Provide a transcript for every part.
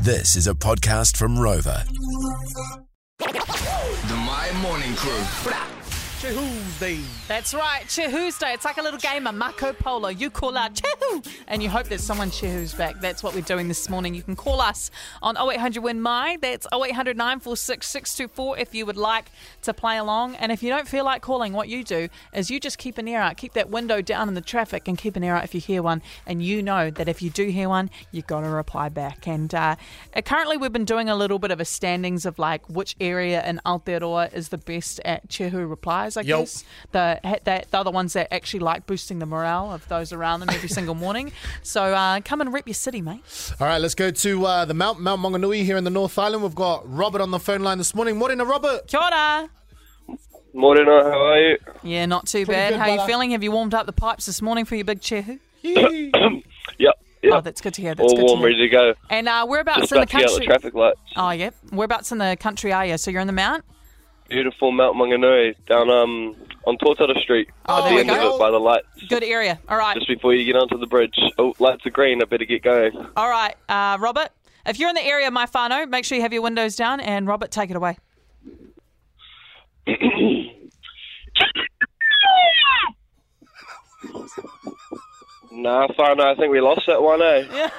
This is a podcast from Rover. The My Morning Crew. That's right, Chihu's Day. It's like a little game of Marco Polo. You call out Chihu, and you hope there's someone Chihu's back. That's what we're doing this morning. You can call us on 0800 Win My. That's 0800 946 624 if you would like to play along. And if you don't feel like calling, what you do is you just keep an ear out. Keep that window down in the traffic and keep an ear out if you hear one. And you know that if you do hear one, you've got to reply back. And uh, uh, currently, we've been doing a little bit of a standings of like which area in Aotearoa is the best at Chihu replies, I Yep. guess the that they're the ones that actually like boosting the morale of those around them every single morning. So uh, come and rep your city, mate. All right, let's go to uh, the Mount Mount Maunganui here in the North Island. We've got Robert on the phone line this morning. Morena, Robert. Kia ora. Morena, uh, how are you? Yeah, not too bad. good, How you brother. feeling? Have you warmed up the pipes this morning for your big chehu? Yee. Yep, yep. Oh, that's good to hear. That's All good warm, to hear. ready to go. And uh, whereabouts Just in the about to get out the country? traffic lights. Oh, yeah. Whereabouts in the country are you? So you're in the mount? Beautiful Mount Maunganui down um on Tortata Street. Oh, At there the we end go. of it by the lights. Good area. All right. Just before you get onto the bridge. Oh, lights are green. I better get going. All right, uh, Robert. If you're in the area, my whānau, make sure you have your windows down. And Robert, take it away. Nah, fine. I think we lost that one, eh?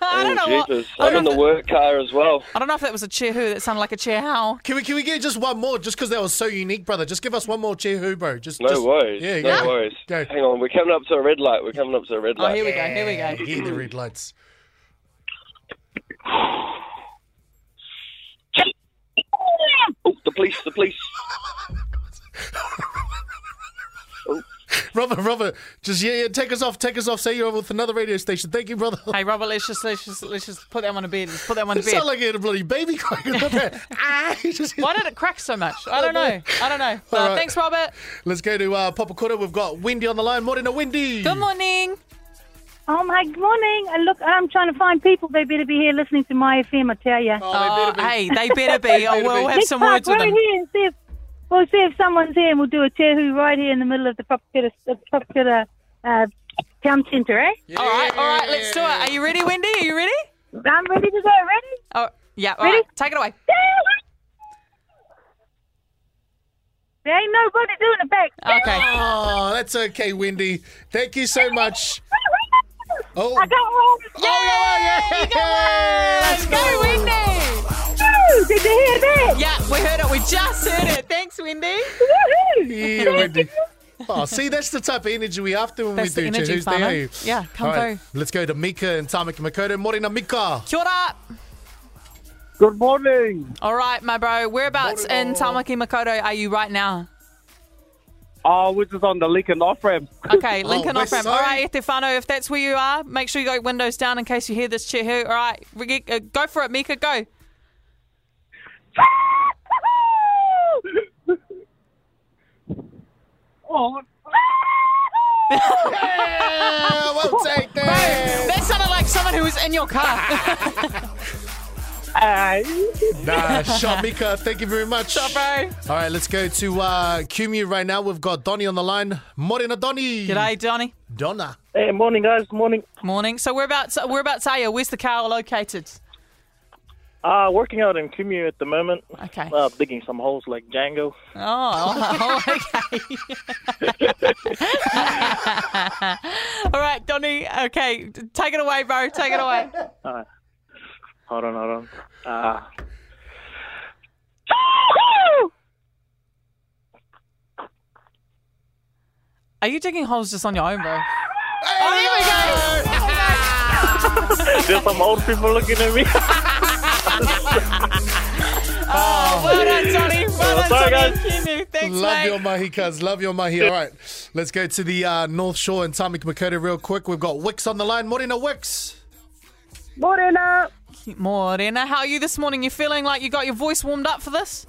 I don't know. oh, What, Jesus. I, I'm don't in know the if, work car as well. I don't know if that was a cheer who. That sounded like a cheer how. Can we can we get just one more? Just because that was so unique, brother. Just give us one more cheer, bro. Just No just, worries. Yeah, no yeah. worries. Go. Hang on. We're coming up to a red light. We're coming up to a red Oh, light. here we go. Here we go. Hear the red lights. Oh, the police, the police. Robert, Robert, just yeah, yeah, take us off, take us off. Say you're with another radio station. Thank you, brother. Hey Robert, let's just let's just let's just put that one to bed. Let's put that one to You bed. sound like you had a bloody baby crying in the back. ah, you just- Why did it crack so much? I don't know. I don't know. But All right. thanks, Robert. Let's go to uh, Papakura. We've got Wendy on the line. Morena, Wendy. Good morning. Oh my good morning! And look, I'm trying to find people. They better be here listening to my FM. I tell you. Oh, they better be- hey, they better be. or we'll have some words with we're them. here. and See if, we'll see if someone's here, and we'll do a tehu right here in the middle of the Papakura, the Papakura uh, town centre. Eh? All right, all right, let's do it. Are you ready, Wendy? Are you ready? I'm ready to go. Ready? Oh, yeah. all Ready? right. Take it away. There ain't nobody doing it back. Okay. Oh, that's okay, Wendy. Thank you so much. Oh, I got one. yeah, Let's go, Wendy. Woo! Did you hear that? Yeah, we heard it. We just heard it. Thanks, Wendy. Woohoo! Yeah, Wendy. Oh, see, that's the type of energy we after when That's the we do energy, Who's whānau. Yeah, come Let's go to Mika and Tamaki Makoto. Morena Mika. Kia ora. Good morning. All right, my bro. Whereabouts in Tamaki Makoto are you right now? Oh, we're just on the Lincoln off ramp. Okay, Lincoln we're off ramp. sorry. All right, Estefano, if that's where you are, make sure you go windows down in case you hear this cheer. All right, we get- uh, go for it, Mika. Go. Oh, Yeah, we'll take that. That sounded like someone who was in your car. hey. nah, shot Mika. Thank you very much. Stop, bro. All right, let's go to uh, QMU right now. We've got Donny on the line. Morena Donny. G'day, Donny. Donna. Hey, morning, guys. Morning. Morning. So whereabouts? Whereabouts are you? uh, Where's the car located? Uh, working out in Kumu at the moment. Okay. Uh, digging some holes like Django. Oh, okay. All right, Donny. Okay, d- take it away, bro. Take it away. Hold on, hold on. Uh, Are you digging holes just on your own, bro? Oh, here we go. there's some old people looking at me. Oh, well done, Donny. Well Sorry, done, guys. Donny. Thanks, Love mate. your mahi, cuz. Love your mahi. All right, let's go to the uh, North Shore and Tamik Makoto real quick. We've got Wicks on the line. Morena Wicks. Morena. Morena, how are you this morning? You feeling like you got your voice warmed up for this?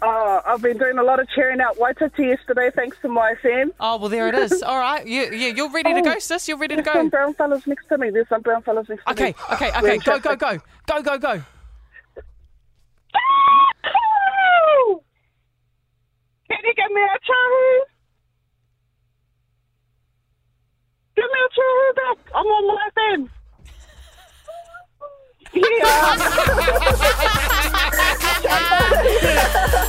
Uh, I've been doing a lot of cheering out Waititi yesterday, thanks to my fam. Oh well, there it is. All right, you, yeah, you're ready to go, sis. You're ready to There's some go. brown fellas next to me. There's some brown fellas next to Okay, me. okay, We're okay. in Go, go, traffic. go, go, go, go. Can you give me a chahoo? Give me a chahoo back. I'm on my fam.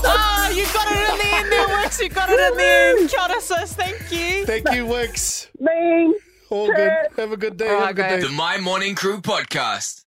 Oh, you got it in the end there, Wix. You got it in the end. Kia ora, sis. Thank you. Thank you, Wix. Mean. All good. Have a good day. Have a Alright, good guys. day. The My Morning Crew podcast.